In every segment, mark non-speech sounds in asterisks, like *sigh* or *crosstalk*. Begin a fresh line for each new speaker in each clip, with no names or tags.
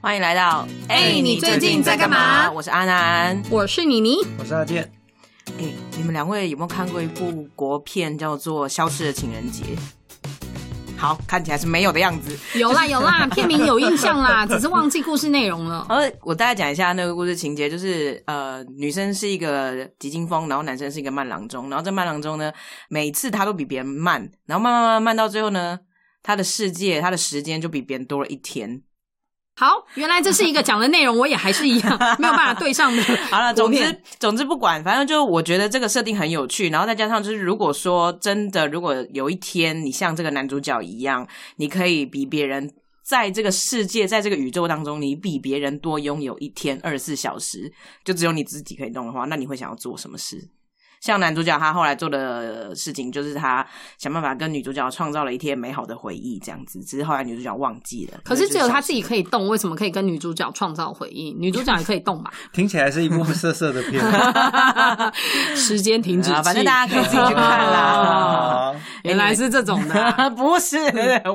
欢迎来到
哎你最近在干嘛
我是阿南。
我是妮妮，
我是阿健，
哎，你们两位有没有看过一部国片叫做《消失的情人节》？好，看起来是没有的样子。
有
*laughs*
啦有啦，片名有印象啦，只是忘记故事内容了。
然后我大概讲一下那个故事情节，就是呃，女生是一个急惊风，然后男生是一个慢郎中，然后这慢郎中呢，每次他都比别人慢，然后慢慢慢慢慢到最后呢，他的世界他的时间就比别人多了一天。
好，原来这是一个讲的内容，我也还是
*laughs*
一样没有办法对上的。
好
*laughs*
了，总
国片
之总之不管，反正就我觉得这个设定很有趣，然后再加上就是，如果说真的，如果有一天你像这个男主角一样，你可以比别人。在这个世界，在这个宇宙当中，你比别人多拥有一天二十四小时，就只有你自己可以动的话，那你会想要做什么事？像男主角他后来做的事情，就是他想办法跟女主角创造了一天美好的回忆，这样子。只是后来女主角忘记了，
可是只有他自
己。
己可以动，为什么可以跟女主角创造回忆？女主角也可以
*laughs*
动吧？
听起来是一部涩涩的片，
时间停止器
啊，反正大家可以自己去看啦。
啊，
*laughs*
原来是这种的啊、嗯
不是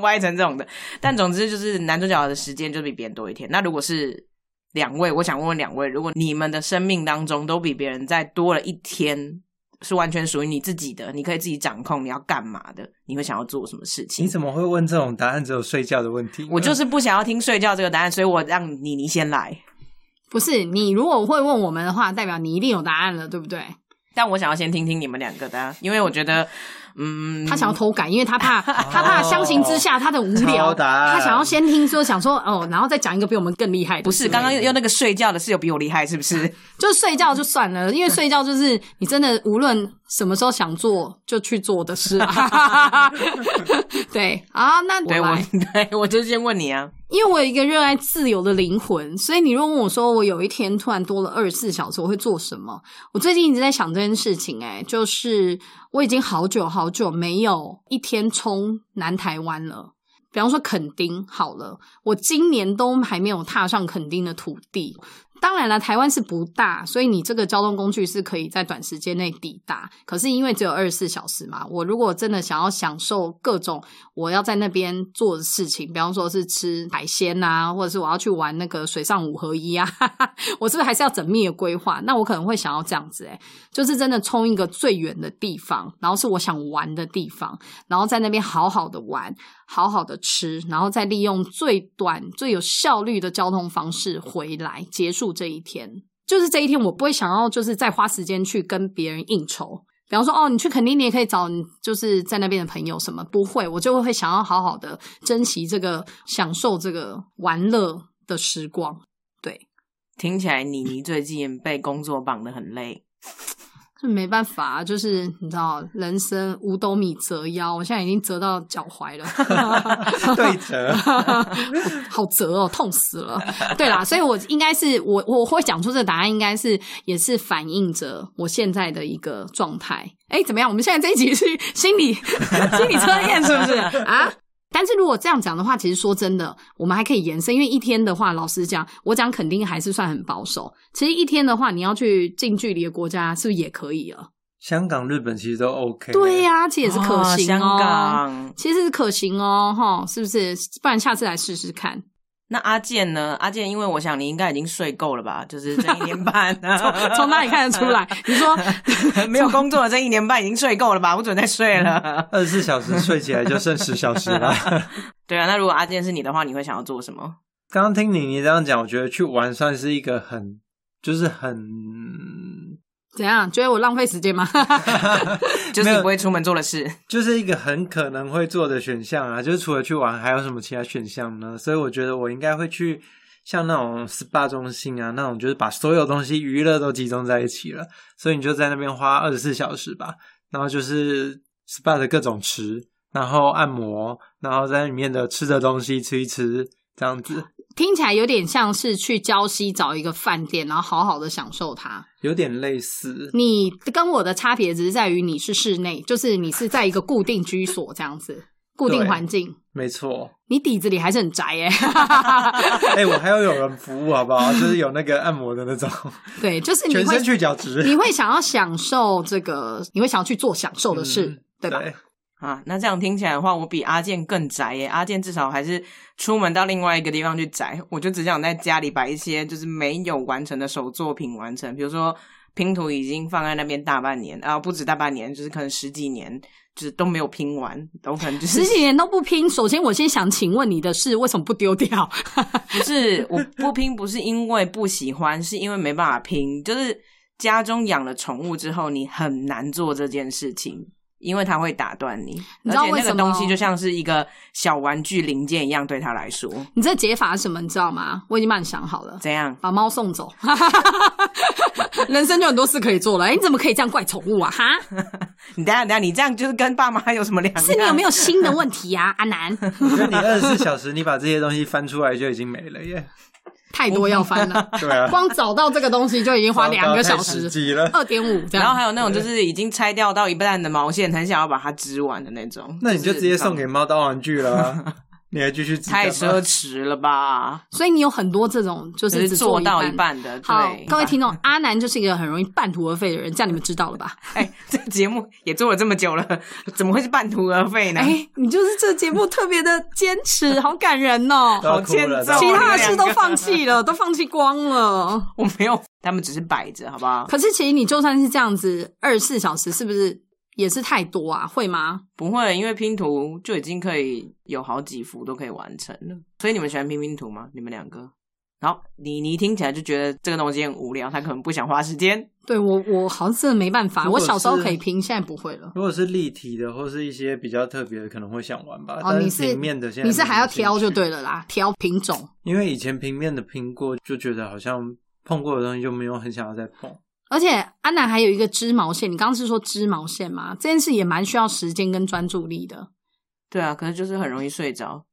歪成这种的。但总之就是男主角的时间就比别人多一天。那如果是两位，我想问问两位，如果你们的生命当中都比别人再多了一天，是完全属于你自己的，你可以自己掌控你要干嘛的，你会想要做什么事
你
情？
怎么会问这种答案只有睡觉的问题？
我就是不想要听睡觉这个答案，所以我让妮妮先来。
不是你如果会问我们的话，代表你一定有答案了，对不对？
但我想要先听听你们两个的啊，因为我觉得，嗯，
他想要偷改，因为
*laughs*
他怕他怕相形之下他的无聊，
超答案
他想要先听说想说哦，然后再讲一个比我们更厉害的。
不是刚刚用那个睡觉的是有比我厉害，是不是？
就是睡觉就算了，因为睡觉就是你真的无论什么时候想做就去做的事
*laughs*
啊。 *laughs* 对啊，那我
对我 *laughs*
来，，
对我就先问你啊，
因为我有一个热爱自由的灵魂，所以你如果问我说我有一天突然多了二十四小时，我会做什么？我最近一直在想这件事情、哎，就是我已经好久好久没有一天冲南台湾了。比方说垦丁好了，我今年都还没有踏上垦丁的土地，当然了，台湾是不大，所以你这个交通工具是可以在短时间内抵达。可是因为只有二十四小时嘛，我如果真的想要享受各种我要在那边做的事情，比方说是吃海鲜啊，或者是我要去玩那个水上五合一啊， *laughs* 我是不是还是要缜密的规划？那我可能会想要这样子、欸，就是真的冲一个最远的地方，然后是我想玩的地方，然后在那边好好的玩，好好的吃，然后再利用最短、最有效率的交通方式回来，结束这一天。就是这一天，我不会想要就是再花时间去跟别人应酬。比方说，哦，你去肯定你也可以找你就是在那边的朋友什么，不会，我就会想要好好的珍惜这个享受这个玩乐的时光。
听起来妮妮最近被工作绑得很累，
这没办法啊，就是你知道，人生五斗米折腰，我现在已经折到脚踝了。 *laughs*
对折，
好折哦，痛死了。对啦，所以我应该是我我会讲出这个答案，应该是也是反映着我现在的一个状态。哎，怎么样？我们现在这一集是心理 *laughs* 心理测验，是不是啊？但是如果这样讲的话，其实说真的，我们还可以延伸，因为一天的话，老实讲，我讲肯定还是算很保守。其实一天的话，你要去近距离的国家，是不是也可以了？
香港、日本其实都 OK。
对、呀、其实也是可
哦
行
香
哦。
港，
其实是可行哦，哈，是不是？不然下次来试试看。
那阿健呢？阿健，因为我想你应该已经睡够了吧？就是这一年半、啊
从从哪里看得出来？你
*laughs*
说
*laughs* 没有工作的这一年半已经睡够了吧？不准再睡
*laughs*
了。
二十四小时睡起来就剩十小时
*laughs*
了。
对啊，那如果阿健是你的话，你会想要做什么？
刚刚听你你这样讲，我觉得去玩算是一个很，就是很，
怎样？觉得我浪费时间吗？ *laughs*
就是
没
你
有
不会出门做的事。
就是一个很可能会做的选项啊。就是除了去玩，还有什么其他选项呢？所以我觉得我应该会去像那种 SPA 中心啊，那种就是把所有东西娱乐都集中在一起了。所以你就在那边花二十四小时吧，然后就是 SPA 的各种池，然后按摩，然后在里面的吃的东西吃一吃，这样子
听起来有点像是去礁溪找一个饭店，然后好好的享受它。
有点类似。
你跟我的差别只是在于你是室内，就是你是在一个固定居所这样子，固定
对
环境。
没错，
你底子里还是很宅耶、 *laughs*
哎、我还要有人服务好不好？就是有那个按摩的那种，
对，就是 *laughs* 你
全
会
身去角
你
质，
会想要享受这个，你会想要去做享受的事，
嗯
对吧？
啊，那这样听起来的话，我比阿健更宅耶。阿健至少还是出门到另外一个地方去宅，我就只想在家里把一些就是没有完成的手作品完成，比如说拼图已经放在那边大半年啊，不止大半年，就是可能十几年，就是都没有拼完，我可能就是
十几年都不拼。首先，我先想请问你的是为什么不丢掉？
不是我不拼，不是因为不喜欢，是因为没办法拼。就是家中养了宠物之后，你很难做这件事情，因为它会打断你，而
你知道
且那
为什
个
么
东西就像是一个小玩具零件一样，对它来说，
你这解法是什么？你知道吗？我已经帮你想好了。
怎样？
把猫送走， *laughs* 人生就很多事可以做了。哎、你怎么可以这样怪宠物
*laughs*
啊？哈，
你等一下等一下，你这样就是跟爸妈有什么两样？
是你有没有新的问题啊 *laughs* 呀、阿南？
*laughs* 我觉得你二十四小时，你把这些东西翻出来就已经没了耶。
太多要
*laughs*
翻了，
对啊，
光找到这个东西就已经 *laughs* 花两个小
太实
时， *laughs*
际了。
二点五这
然后
样。
还有那种就是已经拆掉到一半的毛线，很想要把它织完的那种。
那你就直接
是
送给猫当玩具了啊， *laughs* 你还继续吃
太
干嘛
奢侈了吧？ *laughs*
所以你有很多这种就
就是
只
做到
一
一。半的。 *laughs*
好
对，
各位听众，阿南就是一个很容易半途而废的人，这样你们知道了
*laughs*
吧？
哎、这个节目也做了这么久了， *laughs* 怎么会是半途而废呢？
哎、你就是这节目特别的坚持，好感人
*laughs*
哦。
都
好
要哭
欠
了
揍，
其他的事
事
都放弃了，都放弃光了。
*laughs* 我没有，他们只是摆着，好不好？
可是其实你就算是这样子，二十四小时是不是也是太多啊？会吗？
不会，因为拼图就已经可以有好几幅都可以完成了。所以你们喜欢拼拼图吗？你们两个？好，你你听起来就觉得这个东西很无聊，他可能不想花时间。
对我，我好像真的没办法。
如
我
果
小时候
是
可以拼，现在不会了。
如果是立体的，或是一些比较特别的，可能会想玩吧。
哦，
但
你
平呃面的现在
你是还要挑就
了。
对了啦，挑品种。
因为以前平面的拼过，就觉得好像碰过的东西就没有很想要再碰。
而且安南还有一个织毛线，你刚刚是说织毛线吗？这件事也蛮需要时间跟专注力的。
对啊，可是就是很容易睡着。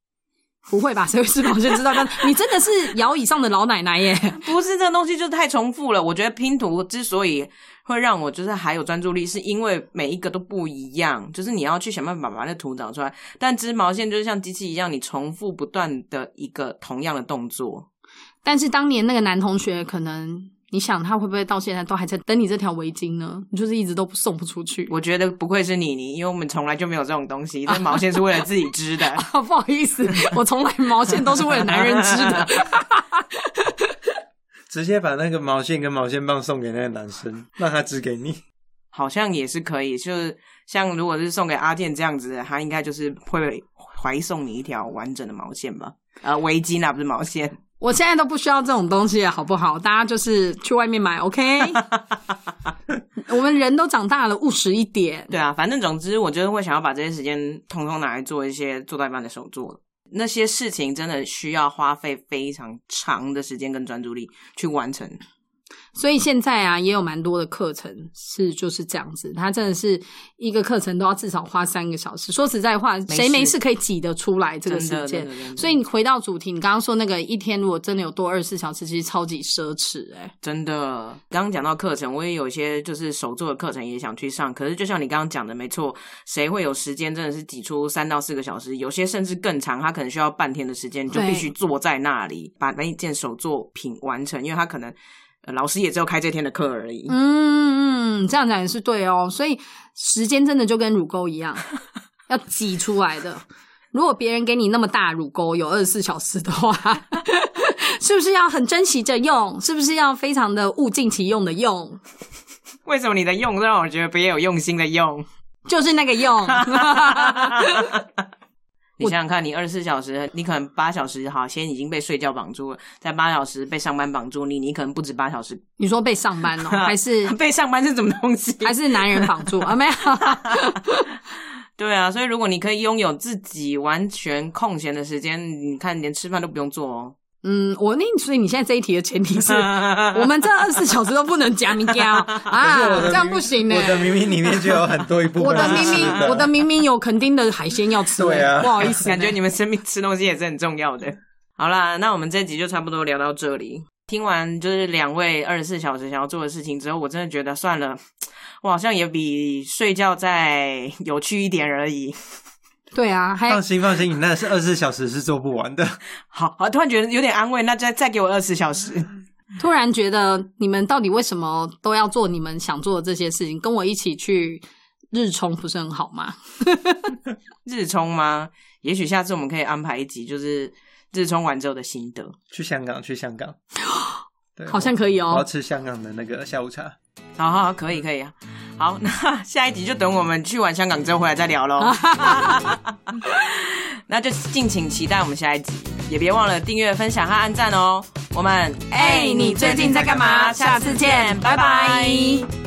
不会吧？谁会织毛线知道？但你真的是摇椅上的老奶奶耶！ *laughs*
不是这个东西就太重复了。我觉得拼图之所以会让我就是还有专注力，是因为每一个都不一样，就是你要去想办法把那图找出来。但织毛线就是像机器一样，你重复不断的一个同样的动作。
但是当年那个男同学，可能你想他会不会到现在都还在等你这条围巾呢？你就是一直都送不出去。
我觉得不愧是你，你因为我们从来就没有这种东西，这毛线是为了自己织的。
啊， *laughs* 不好意
*laughs*
思，我从来毛线都是为了男人织的。
直接把那个毛线跟毛线棒送给那个男生，让他织给
*laughs*
你。
好像也是可以，就是像如果是送给阿健这样子，他应该就是会怀送你一条完整的毛线吧，呃，围巾啊，不是毛线。
我现在都不需要这种东西了，好不好？大家就是去外面买，OK？我们人都长大了，务实一点。
对啊，反正总之，我就是会想要把这些时间通通拿来做一些做到一半的手作。那些事情真的需要花费非常长的时间跟专注力去完成。
所以现在啊，也有蛮多的课程是就是这样子，它真的是一个课程都要至少花三个小时。说实在话，谁没事可以挤得出来这个
真
时
的
间
真的真？的
所以你回到主题，你刚刚说那个一天如果真的有多二十四小时，其实超级奢侈哎、
真的，刚刚讲到课程，我也有一些就是手做的课程也想去上，可是就像你刚刚讲的，没错，谁会有时间真的是挤出三到四个小时？有些甚至更长，他可能需要半天的时间，你就
对
必须坐在那里把那一件手作品完成，因为他可能、呃老师也只有开这天的课而已。
嗯，嗯，这样讲也是对哦。所以时间真的就跟乳沟一
*laughs*
样，要挤出来的。如果别人给你那么大乳沟，有二十四小时的话， *laughs* 是不是要很珍惜着用？是不是要非常的物尽其用的用？
为什么你的用让我觉得别有用心的用？
就是那个用。 *laughs*
你想想看，你二十四小时，你可能八小时好，先已经被睡觉绑住了，在八小时被上班绑住你，你可能不止八小时， *laughs*
你说被上班
*laughs*
哦，还是
被上班是什么东西？
还是男人绑住啊？没有，
对啊，所以如果你可以拥有自己完全空闲的时间，你看连吃饭都不用做哦。
嗯，我那所以你现在这一题的前
*laughs*
提是我们这二十四小时都不能加米加哦
可是
啊
我，的
这样
明
不行呢、欸
我的明明里面就有很多一部
*laughs* 我
分
的明
是吃
明，我的明明有垦丁的海鲜要吃、欸
对啊
不好意思呢，
感觉你们生命吃东西也是很重要的。 *laughs* 好啦，那我们这集就差不多聊到这里。听完就是两位二十四小时想要做的事情之后，我真的觉得算了，我好像也比睡觉再有趣一点而已。 *laughs*
对啊，还
放心放心，你那是二十四小时是做不完的。
好，好，突然觉得有点安慰，那再再给我二十小时。
突然觉得你们到底为什么都要做你们想做的这些事情，跟我一起去。日冲不是很好吗？
日冲吗？也许下次我们可以安排一集，就是日冲完之后的心得。
去香港，去香港，对
好像可以哦
我要吃香港的那个下午茶。
*laughs* 好好，好可以可以。好， *laughs* 那下一集就等我们去完香港之后回来再聊喽。 *laughs* 那就敬请期待我们下一集，也别忘了订阅、分享和按赞哦。我们
哎你最近在干嘛下次见拜拜